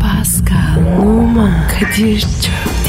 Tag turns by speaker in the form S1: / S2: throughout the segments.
S1: Pascal, Oman, Kadir çok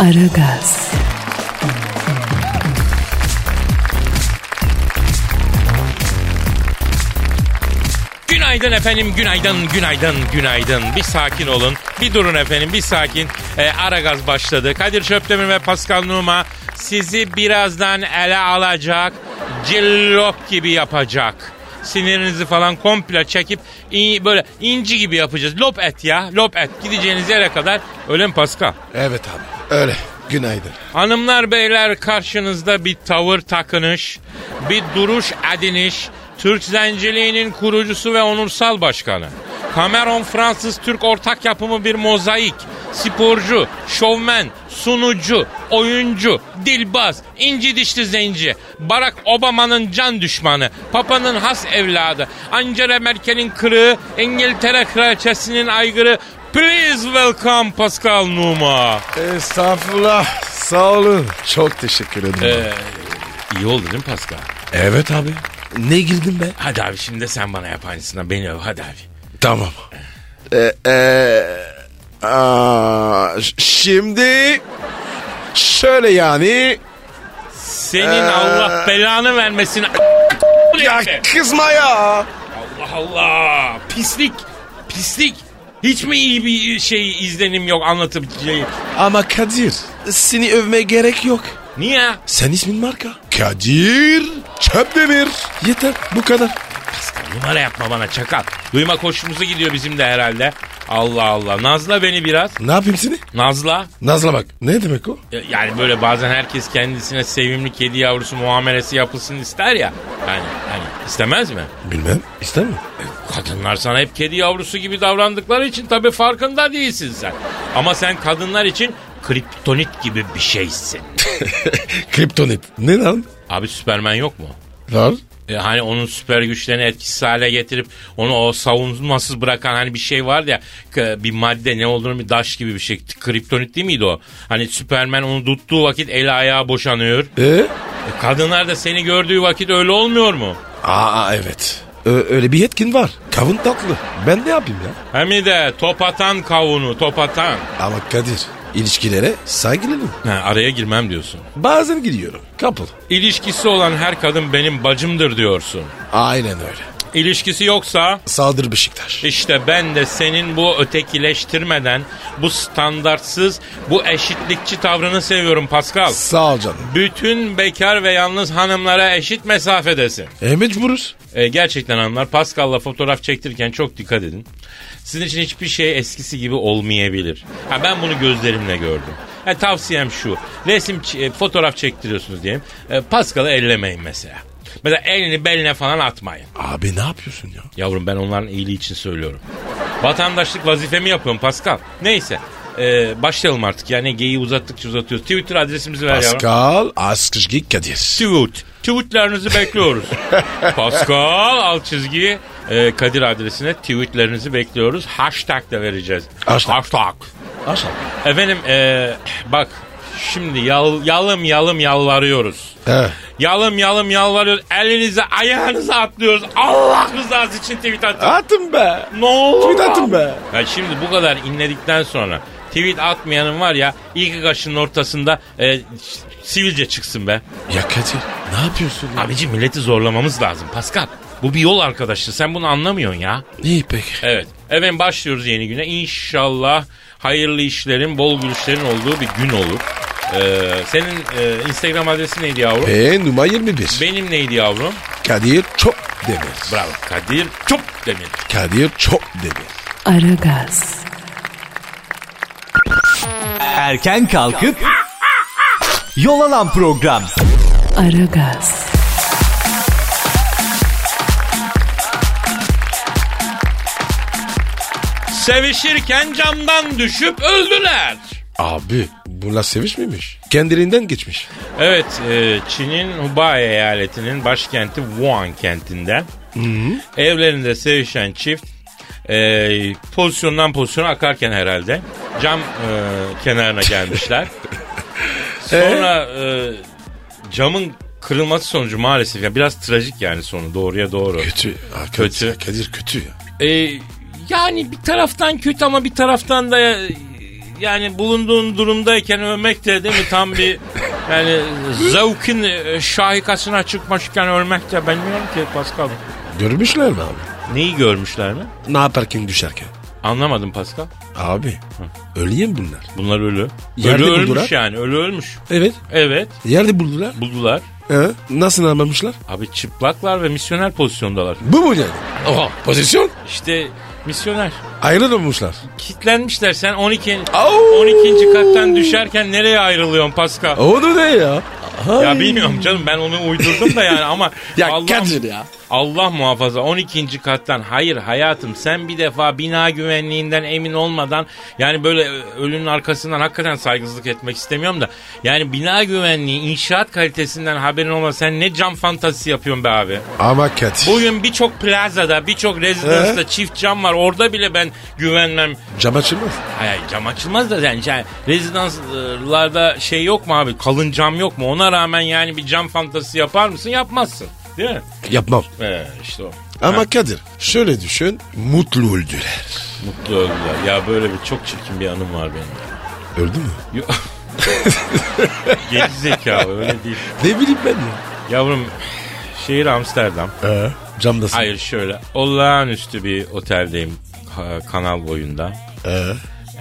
S1: Aragaz,
S2: Günaydın efendim, günaydın, günaydın, günaydın. Bir sakin olun, bir durun efendim, bir sakin. Ee, ara gaz başladı. Kadir Çöptemir ve Pascal Numa sizi birazdan ele alacak, cillop gibi yapacak. Sinirinizi falan komple çekip iyi, böyle inci gibi yapacağız. Lop et ya, lop et. Gideceğiniz yere kadar. Öyle mi Pascal?
S3: Evet abi. Öyle. Günaydın.
S2: Hanımlar beyler karşınızda bir tavır takınış, bir duruş ediniş. Türk zenciliğinin kurucusu ve onursal başkanı. Cameron Fransız Türk ortak yapımı bir mozaik. Sporcu, şovmen, sunucu, oyuncu, dilbaz, inci dişli zenci. Barack Obama'nın can düşmanı, Papa'nın has evladı, Angela Merkel'in kırığı, İngiltere kraliçesinin aygırı. Please welcome Pascal Numa.
S3: Estağfurullah. Sağ olun. Çok teşekkür ederim.
S2: İyi oldu değil mi Pascal?
S3: evet abi. Ne girdin be?
S2: Hadi abi şimdi de sen bana yap aynısından beni öv hadi abi.
S3: Tamam. Ee, ee, aa, ş- şimdi şöyle yani.
S2: Senin Allah belanı vermesin.
S3: Ya kızma ya.
S2: Allah Allah pislik pislik. Hiç mi iyi bir şey izlenim yok anlatıp
S3: Ama Kadir seni övme gerek yok.
S2: Niye?
S3: Sen ismin marka. Kadir Çöpdemir. Yeter bu kadar.
S2: Numara yapma bana çakal. Duyma hoşumuza gidiyor bizim de herhalde. Allah Allah. Nazla beni biraz.
S3: Ne yapayım seni?
S2: Nazla.
S3: Nazlamak. Ne demek o?
S2: Ya- Yani böyle bazen herkes kendisine sevimli kedi yavrusu muamelesi yapılsın ister ya. Yani hani istemez mi?
S3: Bilmem. İster mi?
S2: Kadınlar sana hep kedi yavrusu gibi davrandıkları için tabii farkında değilsin sen. Ama sen kadınlar için kriptonit gibi bir şeysin.
S3: Kriptonit. Ne lan?
S2: Abi Süperman yok mu?
S3: Var.
S2: E, hani onun süper güçlerini etkisiz hale getirip onu o savunmasız bırakan hani bir şey vardı ya k- bir madde ne olduğunu bir daş gibi bir şey kriptonit değil miydi o? Hani Süperman onu tuttuğu vakit eli ayağı boşanıyor.
S3: Ee?
S2: E, kadınlar da seni gördüğü vakit öyle olmuyor mu?
S3: Aa evet. Ö- öyle bir yetkin var. Kavun tatlı. Ben ne yapayım ya?
S2: Hem de top atan kavunu top atan.
S3: Ama Kadir ilişkilere saygılı
S2: Ha, araya girmem diyorsun.
S3: Bazen gidiyorum. Kapıl.
S2: İlişkisi olan her kadın benim bacımdır diyorsun.
S3: Aynen öyle.
S2: İlişkisi yoksa
S3: Sadır Beşiktaş.
S2: işte ben de senin bu ötekileştirmeden, bu standartsız, bu eşitlikçi tavrını seviyorum Pascal.
S3: Sağ ol canım.
S2: Bütün bekar ve yalnız hanımlara eşit mesafedesin.
S3: E mecburuz.
S2: Ee, gerçekten hanımlar Pascal'la fotoğraf çektirirken çok dikkat edin. Sizin için hiçbir şey eskisi gibi olmayabilir. Ha, ben bunu gözlerimle gördüm. Ha, tavsiyem şu. Resim, ç- e, fotoğraf çektiriyorsunuz diyelim. E, Pascal'ı ellemeyin mesela. Mesela elini beline falan atmayın.
S3: Abi ne yapıyorsun ya?
S2: Yavrum ben onların iyiliği için söylüyorum. Vatandaşlık vazifemi yapıyorum Pascal. Neyse. e, başlayalım artık. Yani geyiği uzattıkça uzatıyoruz. Twitter adresimizi ver yavrum.
S3: Pascal Askışgi Kadir.
S2: Tweet. Tweetlerinizi bekliyoruz. Pascal alt çizgi e, Kadir adresine tweetlerinizi bekliyoruz. Hashtag da vereceğiz.
S3: Hashtag.
S2: Hashtag. Efendim e, bak şimdi yal, yalım yalım yalvarıyoruz.
S3: He.
S2: Yalım yalım yalvarıyoruz. Elinize ayağınıza atlıyoruz. Allah rızası için tweet atın.
S3: Atın be.
S2: Ne olur.
S3: Tweet atın be.
S2: Ya şimdi bu kadar inledikten sonra tweet atmayanın var ya ilk kaşının ortasında e, sivilce çıksın be.
S3: Ya Kadir ne yapıyorsun ya?
S2: Abici milleti zorlamamız lazım Pascal. Bu bir yol arkadaşlığı sen bunu anlamıyorsun ya.
S3: İyi peki.
S2: Evet. Efendim başlıyoruz yeni güne. İnşallah hayırlı işlerin, bol gülüşlerin olduğu bir gün olur. Ee, senin e, Instagram adresin neydi yavrum?
S3: P E, numara 21.
S2: Benim neydi yavrum?
S3: Kadir çok demir.
S2: Bravo. Kadir Çok Demir.
S3: Kadir çok demir.
S1: Aragaz,
S4: Erken kalkıp yol alan program.
S1: Aragaz,
S2: Sevişirken camdan düşüp öldüler.
S3: Abi bunlar seviş miymiş? Kendiliğinden geçmiş.
S2: Evet, e, Çin'in Hubei eyaletinin başkenti Wuhan kentinde evlerinde sevişen çift e, pozisyondan pozisyona akarken herhalde cam e, kenarına gelmişler. Sonra e, camın kırılması sonucu maalesef ya biraz trajik yani sonu doğruya doğru.
S3: Kötü. Ha,
S2: Kötü.
S3: Kadir kötü ya.
S2: E, yani bir taraftan kötü ama bir taraftan da e, yani bulunduğun durumdayken ölmek de değil mi tam bir yani zevkin e, şahikasına çıkmışken ölmek de bilmiyorum ki Pascal.
S3: Görmüşler mi abi?
S2: Neyi görmüşler mi?
S3: Ne yaparken düşerken?
S2: Anlamadım Pascal.
S3: Abi öleyim bunlar.
S2: Bunlar ölü.
S3: Yerde
S2: ölü ölmüş
S3: buldular.
S2: yani ölü ölmüş.
S3: Evet.
S2: Evet
S3: Yerde buldular.
S2: buldular.
S3: He? Nasıl anlamışlar?
S2: Abi çıplaklar ve misyoner pozisyondalar.
S3: Bu mu yani?
S2: Oha.
S3: Pozisyon.
S2: İşte misyoner.
S3: Ayrılmamışlar.
S2: Kitlenmişler sen 12.
S3: Au!
S2: 12. kattan düşerken nereye ayrılıyorsun Pascal?
S3: O da ne ya?
S2: Ya bilmiyorum canım ben onu uydurdum da yani ama
S3: Ya
S2: Allah,
S3: Kadir ya.
S2: Allah muhafaza 12. kattan hayır hayatım sen bir defa bina güvenliğinden emin olmadan yani böyle ölünün arkasından hakikaten saygısızlık etmek istemiyorum da yani bina güvenliği inşaat kalitesinden haberin olmasa sen ne cam fantazisi yapıyorsun be abi.
S3: Ama Kadir.
S2: Bugün birçok plazada birçok
S3: Ee?
S2: rezidansta çift cam var orada bile ben güvenmem
S3: Cam açılmaz.
S2: Hayır cam açılmaz da yani, yani rezidanslarda şey yok mu abi kalın cam yok mu ona rağmen yani bir cam fantasi yapar mısın yapmazsın değil mi?
S3: Yapmam.
S2: Ee, işte o.
S3: Ama Kadir şöyle düşün. Mutlu öldüler.
S2: Mutlu öldüler. Ya böyle bir çok çirkin bir anım var benim.
S3: Öldü mü?
S2: Yo- Geri zekalı öyle değil.
S3: Ne bileyim ben ya.
S2: Yavrum şehir Amsterdam.
S3: Ee, camdasın.
S2: Hayır şöyle olağanüstü bir oteldeyim ka- kanal boyunda.
S3: Ee,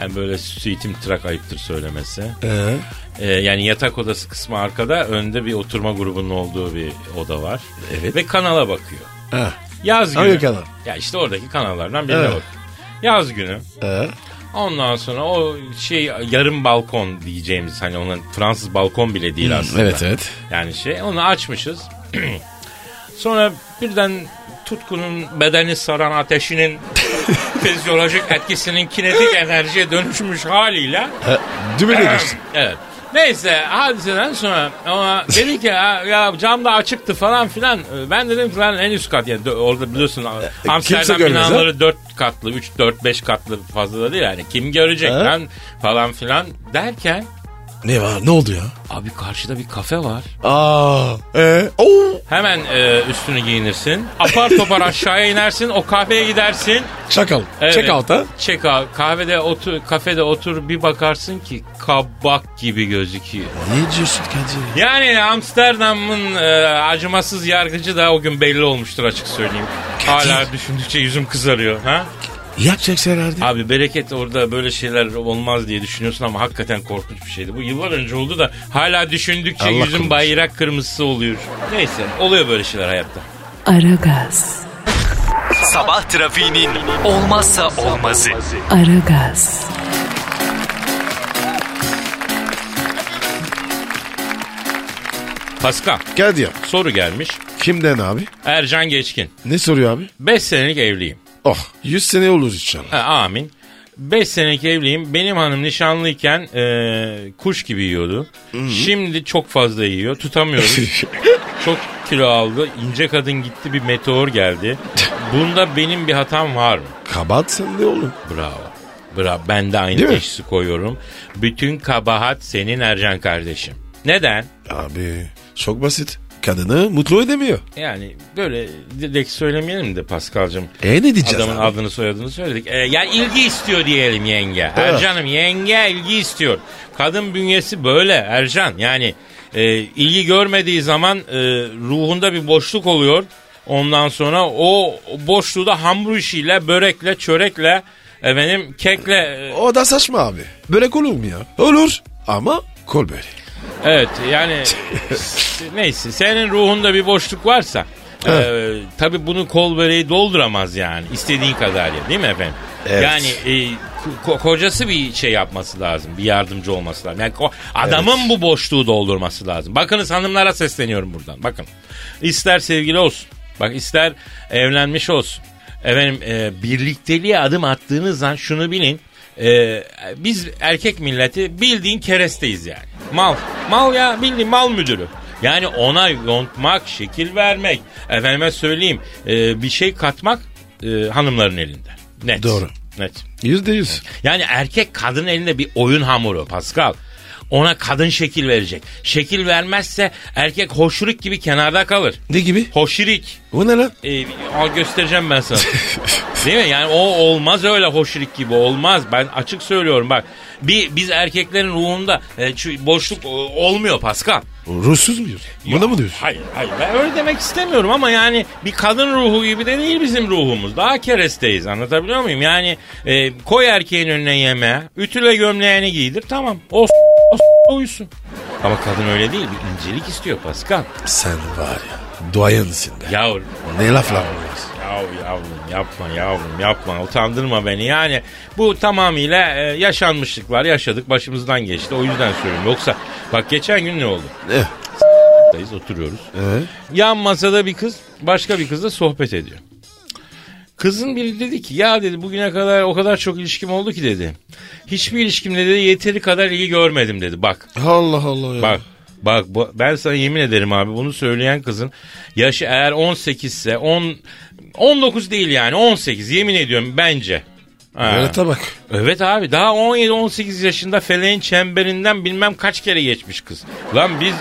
S2: Yani böyle suitim trak ayıptır söylemesi.
S3: ee,
S2: Ee, yani yatak odası kısmı arkada, önde bir oturma grubunun olduğu bir oda var.
S3: Evet.
S2: Ve kanala bakıyor.
S3: ee,
S2: Yaz günü.
S3: Hangi kanal?
S2: Ya işte oradaki kanallardan birine
S3: Evet.
S2: bakıyor. Yaz günü.
S3: ee.
S2: Ondan sonra o şey yarım balkon diyeceğimiz hani onun Fransız balkon bile değil aslında.
S3: Evet evet.
S2: Yani şey onu açmışız. Sonra birden tutkunun bedeni saran ateşinin fizyolojik etkisinin kinetik enerjiye dönüşmüş haliyle
S3: Ee, dümene düştü.
S2: evet. Neyse hadiseden sonra ama dedi ki "Ha, ya cam da açıktı falan filan. Ben dedim ki lan en üst kat yani dö- orada biliyorsun Amsterdam
S3: E, görmez, ha?
S2: binaları 4 katlı 3 4 5 katlı fazla da değil yani kim görecek
S3: Ha?
S2: lan falan filan derken
S3: Ne var? Ne oldu ya?
S2: abi karşıda bir kafe var.
S3: Aa. Ee, oo.
S2: Hemen e, üstünü giyinirsin. Apar topar aşağıya inersin. O kahveye gidersin.
S3: Çakal.
S2: Evet.
S3: Check out ha?
S2: Check out. Kahvede otur, kafede otur bir bakarsın ki kabak gibi gözüküyor.
S3: Ne diyorsun Kadir?
S2: Yani Amsterdam'ın e, acımasız yargıcı da o gün belli olmuştur açık söyleyeyim. Hala düşündükçe yüzüm kızarıyor. Ha?
S3: Yapacaksın herhalde.
S2: Abi bereket orada böyle şeyler olmaz diye düşünüyorsun ama hakikaten korkunç bir şeydi. Bu yıllar önce oldu da hala düşündükçe
S3: Allah
S2: yüzüm
S3: korusun.
S2: bayrak kırmızısı oluyor. Neyse oluyor böyle şeyler hayatta.
S1: Aragaz,
S4: Sabah trafiğinin olmazsa olmazı.
S1: Aragaz,
S2: Pascal
S3: Kadir.
S2: soru gelmiş.
S3: Kimden abi?
S2: Ercan Geçkin.
S3: Ne soruyor abi?
S2: 5 senelik evliyim.
S3: Oh 100 sene olur inşallah.
S2: Ha, amin. 5 senelik evliyim. Benim hanım nişanlıyken e, kuş gibi yiyordu. Şimdi çok fazla yiyor. Tutamıyoruz. çok kilo aldı. İnce kadın gitti bir meteor geldi. Bunda benim bir hatam var mı?
S3: Kabahat sende oğlum.
S2: Bravo. Bravo. Ben de aynı
S3: Değil mi?
S2: teşhisi koyuyorum. Bütün kabahat senin Ercan kardeşim. Neden?
S3: Abi çok basit. Kadını mutlu edemiyor.
S2: Yani böyle direkt söylemeyelim de Paskal'cığım.
S3: E ne diyeceğiz
S2: Adamın
S3: abi?
S2: adını soyadını söyledik. Ee, yani ilgi istiyor diyelim yenge. Ercan'ım yenge ilgi istiyor. Kadın bünyesi böyle Ercan. Yani e, ilgi görmediği zaman e, ruhunda bir boşluk oluyor. Ondan sonra o boşluğu da hamur işiyle, börekle, çörekle, efendim kekle e,
S3: O da saçma abi. Börek olur mu ya? Olur. Ama kol böyle.
S2: Evet yani s- neyse senin ruhunda bir boşluk varsa e, tabi bunu kol böreği dolduramaz yani istediğin kadar ya değil mi efendim?
S3: Evet.
S2: Yani e, ko- ko- kocası bir şey yapması lazım bir yardımcı olması lazım. Yani ko- adamın bu boşluğu doldurması lazım. Bakınız hanımlara sesleniyorum buradan bakın. İster sevgili olsun bak ister evlenmiş olsun. Efendim e, birlikteliğe adım attığınız an şunu bilin. e, biz erkek milleti bildiğin keresteyiz yani. Mal. Mal ya bildiğin mal müdürü. Yani ona yontmak, şekil vermek, efendime söyleyeyim e, bir şey katmak e, hanımların elinde. Net.
S3: Doğru.
S2: Net.
S3: Yüzde yüz.
S2: Yani erkek kadın elinde bir oyun hamuru Pascal. Ona kadın şekil verecek. Şekil vermezse erkek hoşruk gibi kenarda kalır.
S3: Ne gibi?
S2: Hoşirik.
S3: O ne lan?
S2: Ee, al göstereceğim ben sana. Değil mi? Yani o olmaz öyle hoşirik gibi olmaz. Ben açık söylüyorum bak. Bir, biz erkeklerin ruhunda e, şu boşluk e, olmuyor Pascal.
S3: Ruhsuz muyuz? Buna mı diyorsun?
S2: Hayır hayır ben öyle demek istemiyorum ama yani bir kadın ruhu gibi de değil bizim ruhumuz. Daha keresteyiz anlatabiliyor muyum? Yani e, koy erkeğin önüne yemeğe, ütüle gömleğini giydir tamam. O s- o s- uyusun. Ama kadın öyle değil bir incelik istiyor Pascal.
S3: Sen var ya. Duayensin be.
S2: Yavrum.
S3: Ne laf lan bunlar?
S2: Yav yavrum yapma yavrum yapma utandırma beni yani bu tamamıyla e, yaşanmışlıklar yaşadık başımızdan geçti o yüzden söylüyorum yoksa bak geçen gün ne oldu
S3: Ne?
S2: Dayız, oturuyoruz
S3: Ee?
S2: yan masada bir kız başka bir kızla sohbet ediyor kızın biri dedi ki ya dedi bugüne kadar o kadar çok ilişkim oldu ki dedi hiçbir ilişkimde dedi yeteri kadar ilgi görmedim dedi bak
S3: Allah Allah ya.
S2: Bak bak bu- ben sana yemin ederim abi bunu söyleyen kızın yaşı eğer 18 ise 10 19 değil yani 18 yemin ediyorum bence. Ha.
S3: Öyle tabak.
S2: Evet abi daha 17-18 yaşında feleğin çemberinden bilmem kaç kere geçmiş kız. Lan biz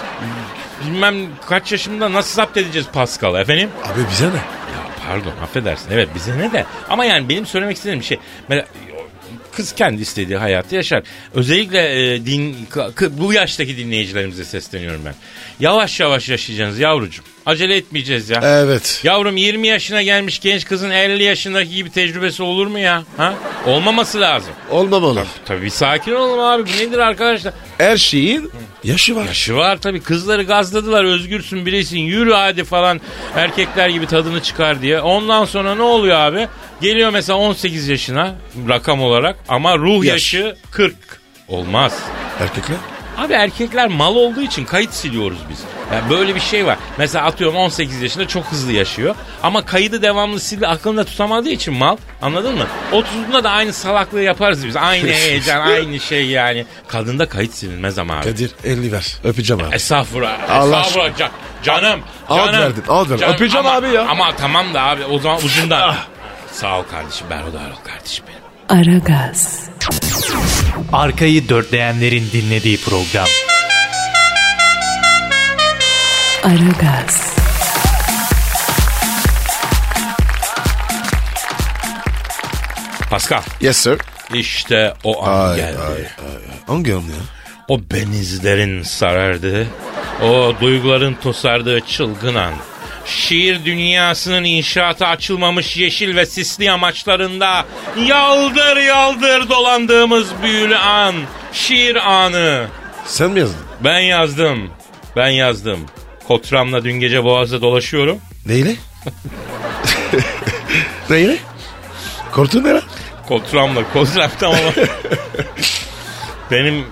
S2: bilmem kaç yaşımda nasıl zapt edeceğiz Pascal efendim?
S3: Abi bize ne?
S2: Ya pardon affedersin evet bize ne de ama yani benim söylemek istediğim şey mesela kız kendi istediği hayatı yaşar. Özellikle e, din k- k- bu yaştaki dinleyicilerimize sesleniyorum ben. Yavaş yavaş yaşayacaksınız yavrucuğum. Acele etmeyeceğiz ya.
S3: Evet.
S2: Yavrum 20 yaşına gelmiş genç kızın 50 yaşındaki gibi tecrübesi olur mu ya? Ha? Olmaması lazım.
S3: Olmamalı.
S2: Tabii bir sakin olalım abi. Bu nedir arkadaşlar?
S3: Her şeyin yaşı var.
S2: Yaşı var tabii. Kızları gazladılar. Özgürsün bireysin. Yürü hadi falan. Erkekler gibi tadını çıkar diye. Ondan sonra ne oluyor abi? Geliyor mesela 18 yaşına rakam olarak ama ruh
S3: Yaş.
S2: yaşı 40. Olmaz.
S3: Erkekler?
S2: Abi erkekler mal olduğu için kayıt siliyoruz biz. Yani böyle bir şey var. Mesela atıyorum 18 yaşında çok hızlı yaşıyor. Ama kaydı devamlı sildi aklında tutamadığı için mal. Anladın mı? 30'unda da aynı salaklığı yaparız biz. Aynı heyecan, aynı şey yani. Kadında kayıt silinmez ama abi.
S3: Kadir elini ver. Öpeceğim abi.
S2: Estağfurullah.
S3: Allah
S2: Estağfurullah. Can- canım.
S3: Al
S2: canım.
S3: verdin, al verdin. Öpeceğim
S2: ama-
S3: abi ya. Ah.
S2: Ama tamam da abi o zaman ucundan. Sağ ol kardeşim. Berhudar ol kardeşim benim.
S1: Aragaz,
S4: Arkayı dörtleyenlerin dinlediği program.
S1: Aragaz,
S2: Pascal
S3: Yes sir.
S2: işte o an
S3: Ay,
S2: geldi.
S3: ay, ay. Hangi anı ya?
S2: O benizlerin sarardı. O duyguların tosardığı çılgın an. Şiir dünyasının inşaata açılmamış yeşil ve sisli amaçlarında yaldır yaldır dolandığımız büyülü an. Şiir anı.
S3: Sen mi yazdın?
S2: Ben yazdım. Ben yazdım. Kotramla dün gece Boğaz'da dolaşıyorum.
S3: Neyle? Neyle? Korktun ne lan?
S2: Kotramla, kotram tamam. Benim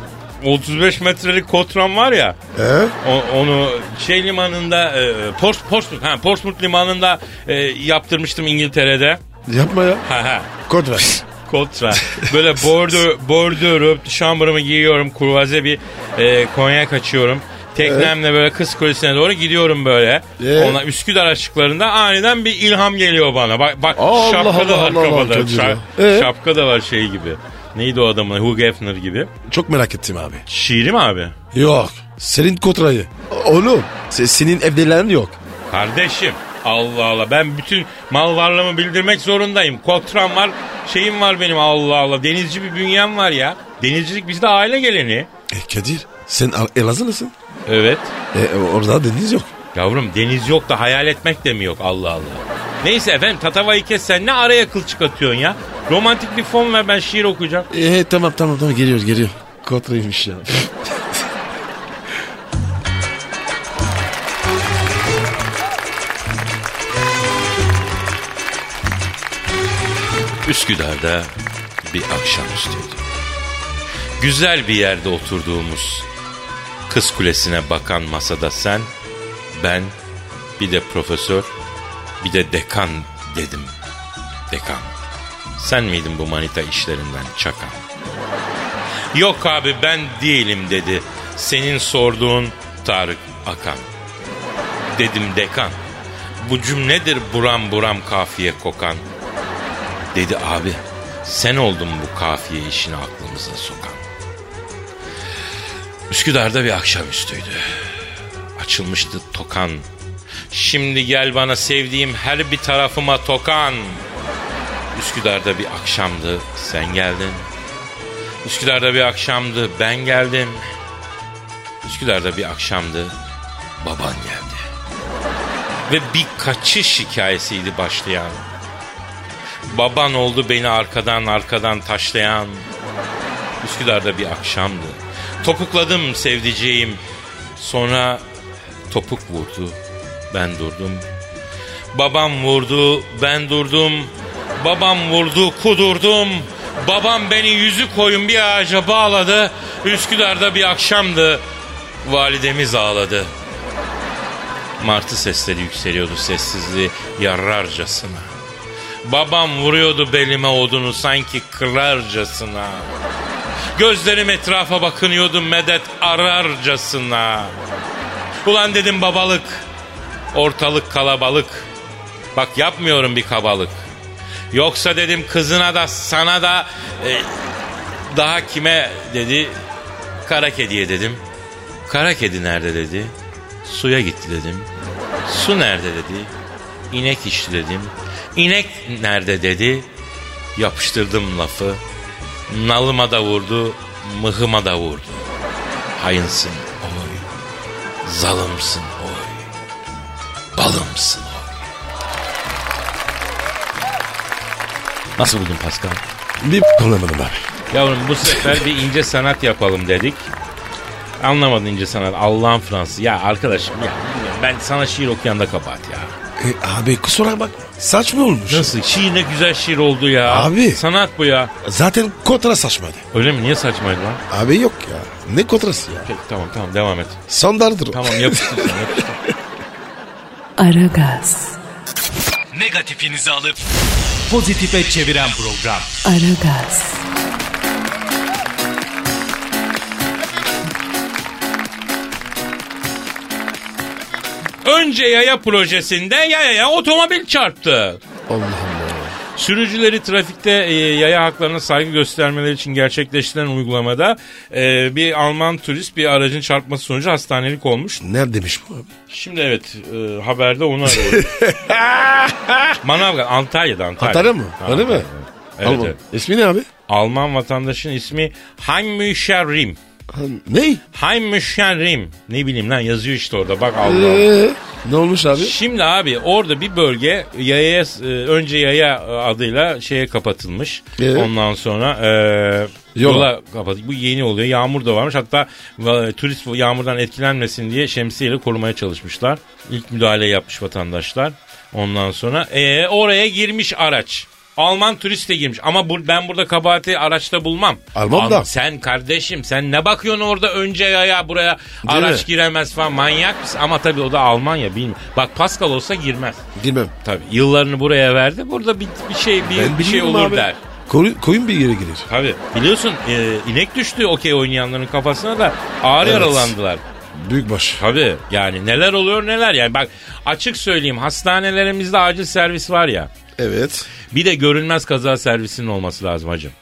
S2: 35 metrelik kotram var ya.
S3: He?
S2: O- onu şey limanında e, Pors, Portsmouth, ha, Portsmouth limanında e, yaptırmıştım İngiltere'de.
S3: Yapma ya.
S2: Ha, ha.
S3: Kod ver.
S2: Kotra. Böyle bordo, bordo röp, şambırımı giyiyorum. Kurvaze bir e, konyak açıyorum. Teknemle böyle kız kulesine doğru gidiyorum böyle.
S3: Ee?
S2: Ona Üsküdar açıklarında aniden bir ilham geliyor bana. Bak bak
S3: Allah
S2: şapka da
S3: Allah
S2: var
S3: Allah Allah
S2: kafada.
S3: Kadir ya.
S2: Şa-
S3: Ee?
S2: Şapka da var şey gibi. Neydi o adamın? Hugh Hefner gibi.
S3: Çok merak ettim abi.
S2: Şiiri mi abi?
S3: Yok. Senin kontrayı. Oğlum. se- Senin evlilerin yok.
S2: Kardeşim Allah Allah ben bütün mal varlığımı bildirmek zorundayım. Kotram var, şeyim var benim Allah Allah. Denizci bir bünyem var ya. Denizcilik bizde aile geleneği.
S3: E Kadir. Sen Al- Elazığlısın.
S2: Evet.
S3: E, orada deniz yok.
S2: Yavrum deniz yok da hayal etmek de mi yok Allah Allah. Neyse efendim tatavayı kes sen ne araya kılçık atıyorsun ya. Romantik bir fon ver ben şiir okuyacağım.
S3: E, tamam tamam tamam geliyor geliyor. Kontraymış ya.
S2: Üsküdar'da bir akşamüstüydü. Güzel bir yerde oturduğumuz kız kulesine bakan masada sen, ben, bir de profesör, bir de dekan dedim. Dekan. Sen miydin bu manita işlerinden çakal? Yok abi ben değilim dedi. Senin sorduğun Tarık Akan. Dedim dekan. Bu cümledir buram buram kafiye kokan. Dedi abi sen oldun bu kafiye işini aklımıza sokan. Üsküdar'da bir akşamüstüydü. Açılmıştı tokan. Şimdi gel bana sevdiğim her bir tarafıma tokan. Üsküdar'da bir akşamdı sen geldin. Üsküdar'da bir akşamdı ben geldim. Üsküdar'da bir akşamdı baban geldi. Ve bir kaçış hikayesiydi başlayan. Baban oldu beni arkadan arkadan taşlayan. Üsküdar'da bir akşamdı. Topukladım sevdiceğim. Sonra topuk vurdu. Ben durdum. Babam vurdu, ben durdum. Babam vurdu, kudurdum. Babam beni yüzü koyun bir ağaca bağladı. Üsküdar'da bir akşamdı. Validemiz ağladı. Martı sesleri yükseliyordu sessizliği yararcasına. Babam vuruyordu belime odunu sanki kırarcasına. Gözlerim etrafa bakınıyordu medet ararcasına. Ulan dedim babalık, ortalık kalabalık. Bak yapmıyorum bir kabalık. Yoksa dedim kızına da sana da e, daha kime dedi kara kediye dedim. Kara kedi nerede dedi. Suya gitti dedim. Su nerede dedi. İnek içti dedim. İnek nerede dedi. Yapıştırdım lafı. Nalıma da vurdu, mıhıma da vurdu. Hayınsın oy, zalımsın oy, balımsın oy. Nasıl buldun Pascal?
S3: Bir anlamadım abi.
S2: Yavrum bu sefer bir ince sanat yapalım dedik. Anlamadın ince sanat. Allah'ın Fransız. Ya arkadaşım ya bilmiyorum. ben sana şiir okuyan da kabahat ya.
S3: E, abi kusura bak. Saçma olmuş.
S2: Nasıl? Şiir ne güzel şiir oldu ya.
S3: Abi.
S2: Sanat bu ya.
S3: Zaten kontra saçmadı.
S2: Öyle mi? Niye saçmaydı lan?
S3: Abi yok ya. Ne kontrası ya?
S2: Peki, tamam tamam devam et.
S3: Standardır o.
S2: Tamam yapıştır sen yapıştır.
S1: Aragaz,
S4: Negatifinizi alıp pozitife çeviren program.
S1: Aragaz,
S2: Önce yaya projesinde yayaya otomobil çarptı.
S3: Allah Allah.
S2: Sürücüleri trafikte e, yaya haklarına saygı göstermeleri için gerçekleştirilen uygulamada e, bir Alman turist bir aracın çarpması sonucu hastanelik olmuş.
S3: Neredeymiş bu abi?
S2: Şimdi evet e, haberde onu arıyoruz. Manavgat Antalya'da Antalya.
S3: Atarı mı?
S2: Ha,
S3: Öyle mi?
S2: Evet,
S3: Alman.
S2: evet.
S3: İsmi ne abi?
S2: Alman vatandaşın ismi Heimüscher Rim.
S3: Ha, Ne?
S2: Heimüscher Rim. Ne bileyim lan yazıyor işte orada bak Allah.
S3: Ee, ne olmuş abi?
S2: Şimdi abi orada bir bölge yayaya e, önce yaya e, adıyla şeye kapatılmış.
S3: Evet.
S2: Ondan sonra e,
S3: Ee? Yola.
S2: yola kapatılmış. Bu yeni oluyor. Yağmur da varmış. Hatta e, turist bu yağmurdan etkilenmesin diye şemsiyeyle korumaya çalışmışlar. İlk müdahale yapmış vatandaşlar. Ondan sonra e, oraya girmiş araç. Alman turist de girmiş ama bu, ben burada kabahati araçta bulmam.
S3: Almam
S2: Al-
S3: da.
S2: Sen kardeşim sen ne bakıyorsun orada önce yaya buraya
S3: Değil mi?
S2: araç giremez falan manyak mısın? Ama tabii o da Almanya bilmiyorum. Bak Pascal olsa girmez.
S3: Bilmem.
S2: Tabii yıllarını buraya verdi. Burada bir, bir şey bir, bir şey
S3: bilmiyorum
S2: olur der.
S3: Koyun, koyun bir yere girer.
S2: Tabii biliyorsun e, inek düştü okey oynayanların kafasına da ağır
S3: Evet.
S2: yaralandılar.
S3: Büyük baş.
S2: Tabii yani neler oluyor neler yani bak açık söyleyeyim hastanelerimizde acil servis var ya.
S3: Evet.
S2: Bir de görünmez kaza servisinin olması lazım hacım.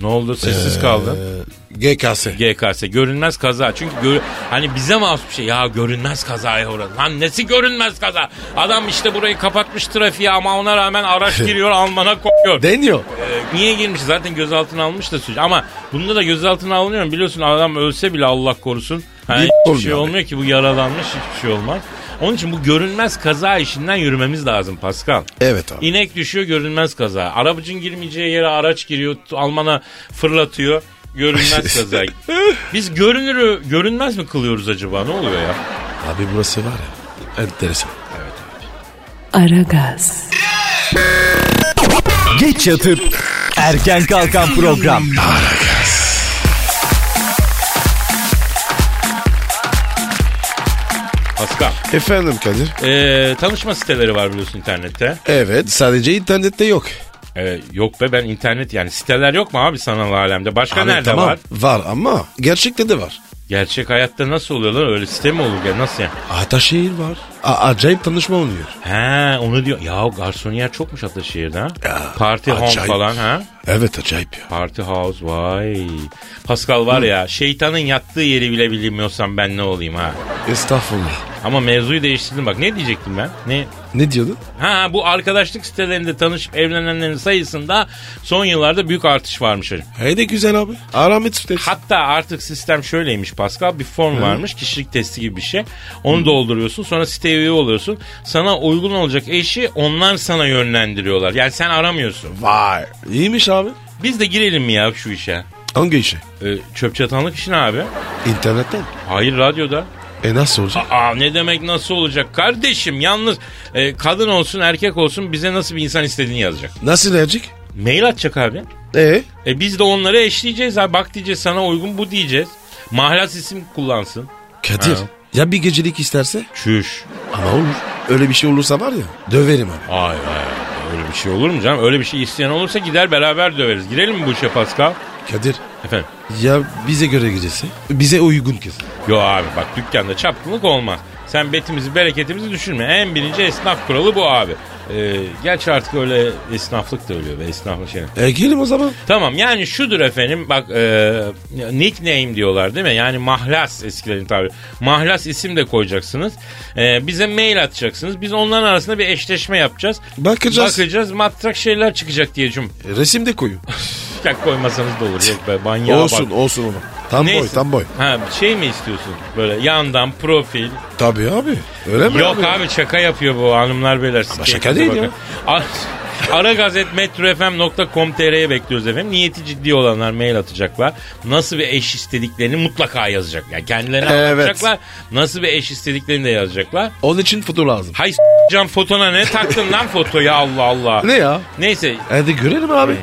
S2: Ne oldu
S3: Ee,
S2: sessiz kaldın?
S3: GKS.
S2: GKS görünmez kaza. Çünkü gör- hani bize mahsus bir şey. Ya görünmez kazaya uğradı. Lan nesi görünmez kaza? Adam işte burayı kapatmış trafiğe ama ona rağmen araç giriyor Alman'a koyuyor.
S3: Deniyor.
S2: Ee, niye girmiş? Zaten gözaltına almış da suç. Ama bunda da gözaltına alınıyor mu? Biliyorsun adam ölse bile Allah korusun.
S3: Bir
S2: Hani hiçbir
S3: olmuyor
S2: şey
S3: abi.
S2: olmuyor ki bu yaralanmış hiçbir şey olmaz. Onun için bu görünmez kaza işinden yürümemiz lazım Pascal.
S3: Evet abi.
S2: İnek düşüyor görünmez kaza. Arabacın girmeyeceği yere araç giriyor. t- Almana fırlatıyor. Görünmez kaza. Biz görünürü görünmez mi kılıyoruz acaba? Ne oluyor ya?
S3: Abi burası var ya. Enteresan.
S1: Aragaz,
S4: Geç yatıp erken kalkan program.
S2: Pascal.
S3: Efendim Kadir.
S2: Ee, tanışma siteleri var biliyorsun internette.
S3: Evet sadece internette yok.
S2: Ee, yok be ben internet yani siteler yok mu abi sanal alemde? Başka
S3: Abi
S2: nerede
S3: tamam,
S2: var?
S3: Var ama gerçekte de var.
S2: Gerçek hayatta nasıl oluyor lan öyle site mi olur ya nasıl yani?
S3: Ataşehir var. A- acayip tanışma oluyor.
S2: He onu diyor. Ya garsoniyer çokmuş Ataşehir'de ha. Party home
S3: acayip.
S2: falan ha.
S3: Evet acayip ya.
S2: Party house vay. Pascal var ya şeytanın yattığı yeri bile bilmiyorsam ben ne olayım ha.
S3: Estağfurullah.
S2: Ama mevzuyu değiştirdim bak ne diyecektim ben? Ne?
S3: Ne diyordun?
S2: Ha bu arkadaşlık sitelerinde tanışıp evlenenlerin sayısında son yıllarda büyük artış varmış hocam.
S3: Hey de güzel abi. Aramet sitesi.
S2: Hatta artık sistem şöyleymiş Pascal. Bir form varmış. Kişilik testi gibi bir şey. Onu dolduruyorsun. Sonra siteye üye oluyorsun. Sana uygun olacak eşi onlar sana yönlendiriyorlar. Yani sen aramıyorsun.
S3: Vay. İyiymiş abi.
S2: Biz de girelim mi ya şu işe?
S3: Hangi işe?
S2: Ee, çöp çatanlık işine abi.
S3: İnternetten.
S2: Hayır radyoda.
S3: E nasıl olacak?
S2: Aa ne demek nasıl olacak kardeşim yalnız e, kadın olsun erkek olsun bize nasıl bir insan istediğini yazacak.
S3: Nasıl verecek?
S2: Mail atacak abi.
S3: E
S2: E biz de onları eşleyeceğiz abi bak diyeceğiz sana uygun bu diyeceğiz. Mahlas isim kullansın.
S3: Kadir.
S2: Ha.
S3: Ya bir gecelik isterse?
S2: Çüş.
S3: Ama olur. Öyle bir şey olursa var ya döverim abi.
S2: Ay ay öyle bir şey olur mu canım? Öyle bir şey isteyen olursa gider beraber döveriz. Girelim mi bu işe Pascal?
S3: Kadir
S2: Efendim?
S3: ya bize göre gecesi. Bize uygun kız.
S2: Yo abi bak dükkanda çapkınlık olmaz. Sen betimizi bereketimizi düşünme. En birinci esnaf kuralı bu abi. Ee, gerçi artık öyle esnaflık da ölüyor be esnaflık şey.
S3: E gelin o zaman.
S2: Tamam yani şudur efendim bak e, nickname diyorlar değil mi? Yani mahlas eskilerin tabi. Mahlas isim de koyacaksınız. E, bize mail atacaksınız. Biz onların arasında bir eşleşme yapacağız.
S3: Bakacağız.
S2: Bakacağız matrak şeyler çıkacak diye cum.
S3: E, resim de koyun.
S2: Ya koymasanız da olur. Yok be banyağa
S3: olsun
S2: bak.
S3: olsun ona. Tam boy
S2: Neyse.
S3: tam boy.
S2: Ha şey mi istiyorsun? Böyle yandan profil.
S3: Tabii abi. Öyle mi?
S2: Yok abi? şaka yapıyor bu hanımlar beyler. Ama
S3: şaka değil ya.
S2: Ara gazet metrofm.com.tr'ye bekliyoruz efendim. Niyeti ciddi olanlar mail atacaklar. Nasıl bir eş istediklerini mutlaka yazacak. Yani kendileri
S3: Evet.
S2: anlatacaklar. Nasıl bir eş istediklerini de yazacaklar.
S3: Onun için foto lazım.
S2: Hay s- can fotona ne taktın lan fotoya Allah Allah.
S3: Ne ya?
S2: Neyse
S3: Hadi görelim abi.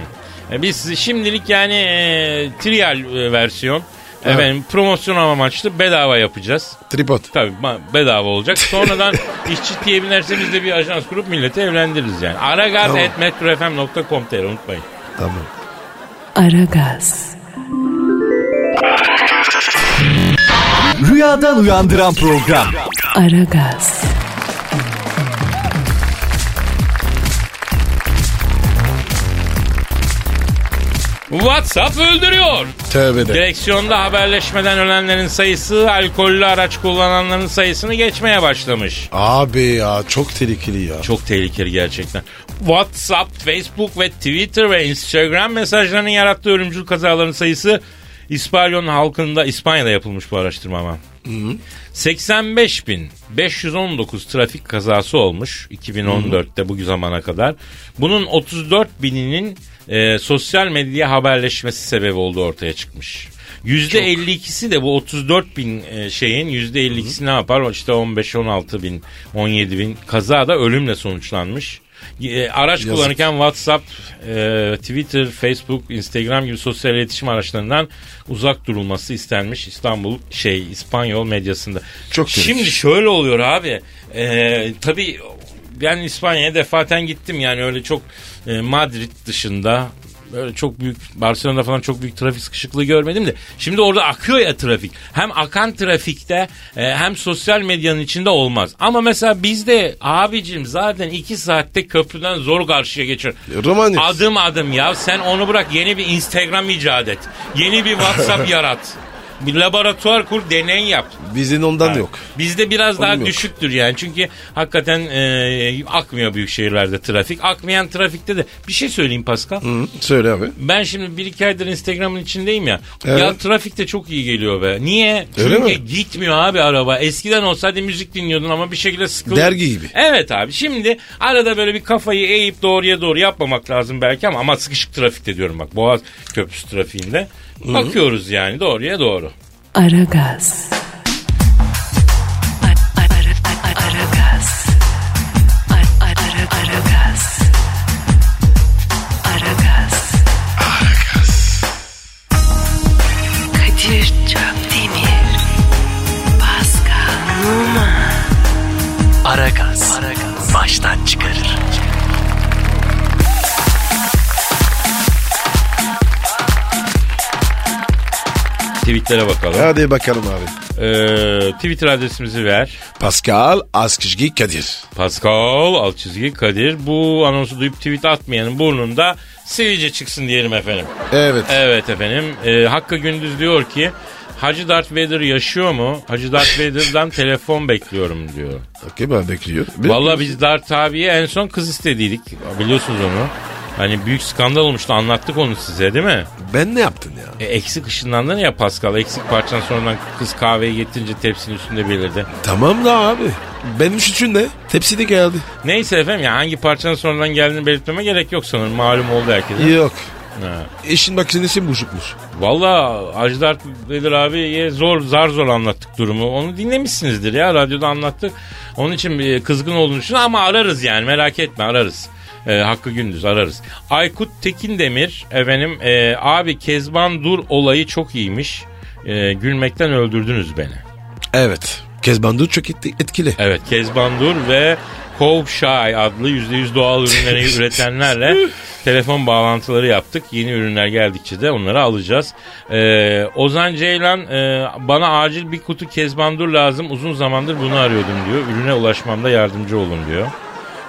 S2: e, biz şimdilik yani e, trial e, versiyon. Efendim promosyon amaçlı bedava yapacağız.
S3: Tripod.
S2: Tabii ma- bedava olacak. Sonradan işçi diye binerse biz de bir ajans kurup milleti evlendiririz yani. Aragaz.metrofm.com.tr unutmayın.
S3: Tamam.
S1: Aragaz,
S4: Rüyadan uyandıran program.
S1: Aragaz,
S2: WhatsApp öldürüyor.
S3: Tövbe de.
S2: Direksiyonda haberleşmeden ölenlerin sayısı alkollü araç kullananların sayısını geçmeye başlamış.
S3: Abi ya çok tehlikeli ya.
S2: Çok tehlikeli gerçekten. WhatsApp, Facebook ve Twitter ve Instagram mesajlarının yarattığı ölümcül kazaların sayısı İspanyol halkında İspanya'da yapılmış bu araştırma ama. 85.519 trafik kazası olmuş 2014'te bu zamana kadar. Bunun 34 bininin e, sosyal medya haberleşmesi sebebi olduğu ortaya çıkmış. %52'si de bu 34 bin e, şeyin %52'si ne yapar? İşte 15-16 bin, 17 bin kaza da ölümle sonuçlanmış. E, araç
S3: Yazık.
S2: kullanırken WhatsApp, e, Twitter, Facebook, Instagram gibi sosyal iletişim araçlarından uzak durulması istenmiş İstanbul şey İspanyol medyasında.
S3: Çok ilginç.
S2: Şimdi şöyle oluyor abi. E, tabii ben İspanya'ya defaten gittim yani öyle çok e, Madrid dışında böyle çok büyük Barcelona'da falan çok büyük trafik sıkışıklığı görmedim de şimdi orada akıyor ya trafik. Hem akan trafikte e, hem sosyal medyanın içinde olmaz. Ama mesela bizde abicim zaten iki saatte köprüden zor karşıya geçiyor.
S3: Romanya.
S2: Adım adım ya sen onu bırak yeni bir Instagram icat et. Yeni bir WhatsApp yarat. Bir laboratuvar kur deney yap.
S3: Bizim ondan yok.
S2: Bizde biraz daha
S3: Onun yok.
S2: düşüktür yani. Çünkü hakikaten e, akmıyor büyük şehirlerde trafik. Akmayan trafikte de bir şey söyleyeyim Pascal.
S3: Hı, söyle abi.
S2: Ben şimdi bir iki aydır Instagram'ın içindeyim ya.
S3: Evet.
S2: Ya trafikte çok iyi geliyor be. Niye?
S3: Öyle
S2: Çünkü
S3: mi?
S2: gitmiyor abi araba. Eskiden olsa hadi müzik dinliyordun ama bir şekilde sıkıldın.
S3: Dergi gibi.
S2: Evet abi. Şimdi arada böyle bir kafayı eğip doğruya doğru yapmamak lazım belki ama ama sıkışık trafikte diyorum bak. Boğaz Köprüsü trafiğinde. Bakıyoruz yani doğruya doğru.
S1: Aragaz. Ar- ar- ar- ar- Aragaz. Ar- ar- ar- Aragaz. Aragaz. Kadir Çöptemir. Pascal Numa.
S2: Tweetlere bakalım.
S3: Hadi bakalım abi.
S2: Ee, Twitter adresimizi ver.
S3: Pascal Askışgi Kadir.
S2: Pascal alt çizgi Kadir. Bu anonsu duyup tweet atmayanın burnunda sivilce çıksın diyelim efendim.
S3: Evet.
S2: Evet efendim. Ee, Hakkı Gündüz diyor ki Hacı Darth Vader yaşıyor mu? Hacı Darth Vader'dan telefon bekliyorum diyor.
S3: Kim abi bekliyor? Bir-
S2: Vallahi biz Darth abiye en son kız istediydik. Biliyorsunuz onu. Hani büyük skandal olmuştu anlattık onu size değil mi?
S3: Ben ne yaptın ya?
S2: E, eksik ışınlandın ya Pascal. Eksik parçan sonradan kız kahveyi getirince tepsinin üstünde belirdi.
S3: Tamam da abi. Benim şu için de tepside geldi.
S2: Neyse efendim ya hangi parçanın sonradan geldiğini belirtmeme gerek yok sanırım. Malum oldu herkese.
S3: Yok.
S2: Ha.
S3: İşin makinesi bozukmuş.
S2: Valla Hacı Dert Vedir abiye zor zar zor anlattık durumu. Onu dinlemişsinizdir ya radyoda anlattık. Onun için bir kızgın olduğunu için ama ararız yani merak etme ararız. Ee, Hakkı Gündüz ararız. Aykut Tekin Demir efendim e, abi Kezban Dur olayı çok iyiymiş. E, gülmekten öldürdünüz beni.
S3: Evet. Kezbandur çok etki- etkili.
S2: Evet Kezbandur ve Kovşay adlı %100 doğal ürünleri üretenlerle telefon bağlantıları yaptık. Yeni ürünler geldikçe de onları alacağız. Ee, Ozan Ceylan e, bana acil bir kutu Kezbandur lazım. Uzun zamandır bunu arıyordum diyor. Ürüne ulaşmamda yardımcı olun diyor.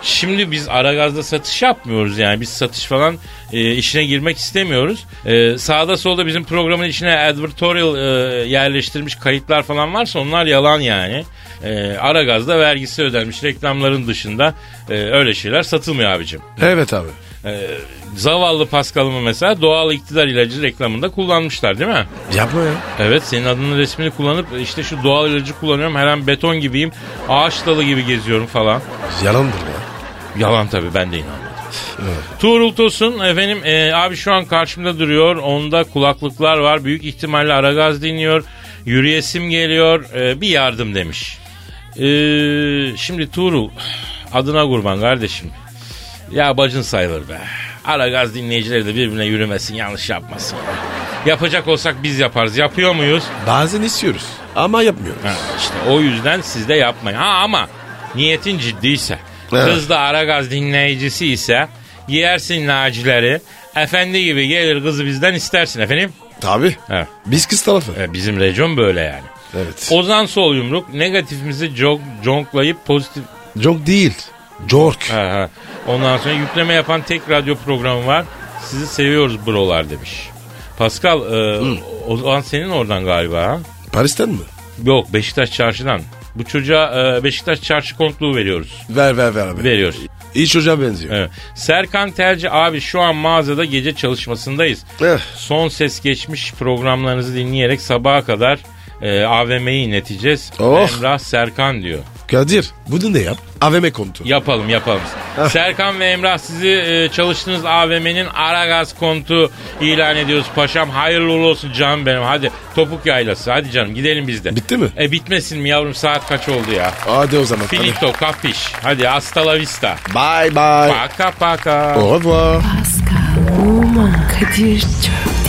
S2: Şimdi biz Aragaz'da satış yapmıyoruz yani. Biz satış falan e, işine girmek istemiyoruz. E, sağda solda bizim programın içine advertorial e, yerleştirmiş kayıtlar falan varsa onlar yalan yani. E, Aragaz'da vergisi ödenmiş reklamların dışında e, öyle şeyler satılmıyor abicim.
S3: Evet abi.
S2: E, zavallı Paskal'ımı mesela doğal iktidar ilacı reklamında kullanmışlar değil mi?
S3: Yapma ya.
S2: Evet senin adının resmini kullanıp işte şu doğal ilacı kullanıyorum her an beton gibiyim ağaç dalı gibi geziyorum falan.
S3: Yalandır ya.
S2: Yalan tabii ben de inanmadım. Tuğrul Tosun efendim e, abi şu an karşımda duruyor. Onda kulaklıklar var. Büyük ihtimalle Aragaz dinliyor. Yürüyesim geliyor. E, bir yardım demiş. E, şimdi Tuğrul adına kurban kardeşim. Ya bacın sayılır be. Aragaz dinleyicileri de birbirine yürümesin yanlış yapmasın. Yapacak olsak biz yaparız. Yapıyor muyuz?
S3: Bazen istiyoruz ama yapmıyoruz.
S2: Ha, işte o yüzden siz de yapmayın. Ha ama niyetin ciddiyse,
S3: Evet.
S2: kız da Aragaz dinleyicisi ise yersin nacileri. Efendi gibi gelir kızı bizden istersin efendim.
S3: Tabii.
S2: Evet.
S3: Biz kız tarafı.
S2: E, Bizim rejim böyle yani.
S3: Evet.
S2: Ozan Sol Yumruk negatifimizi jog, jonklayıp pozitif...
S3: Çok değil. Jork.
S2: Ha, ha. Ondan sonra yükleme yapan tek radyo programı var. Sizi seviyoruz brolar demiş. Pascal, e, Ozan senin oradan galiba ha?
S3: Paris'ten mi?
S2: Yok Beşiktaş Çarşı'dan. Bu çocuğa e, Beşiktaş Çarşı kontluğu veriyoruz.
S3: Ver ver ver abi.
S2: Veriyoruz.
S3: İyi çocuğa benziyor.
S2: Evet. Serkan Terci abi şu an mağazada gece çalışmasındayız.
S3: Eh,
S2: Son ses geçmiş programlarınızı dinleyerek sabaha kadar e, AVM'yi inleteceğiz.
S3: Oh.
S2: Emrah Serkan diyor.
S3: Kadir bunu ne yap? AVM kontu.
S2: Yapalım yapalım. Serkan ve Emrah sizi e, çalıştığınız AVM'nin ara gaz kontu ilan ediyoruz paşam. Hayırlı uğurlu olsun canım benim. Hadi topuk yaylası. Hadi canım gidelim biz de.
S3: Bitti mi?
S2: E bitmesin mi yavrum saat kaç oldu ya?
S3: Hadi o zaman.
S2: Finito kapiş. Hadi hasta la vista.
S3: Bye bye.
S2: Paka paka.
S3: Au revoir.
S1: Pascal, Oman, Kadir çok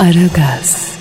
S1: Aragaz.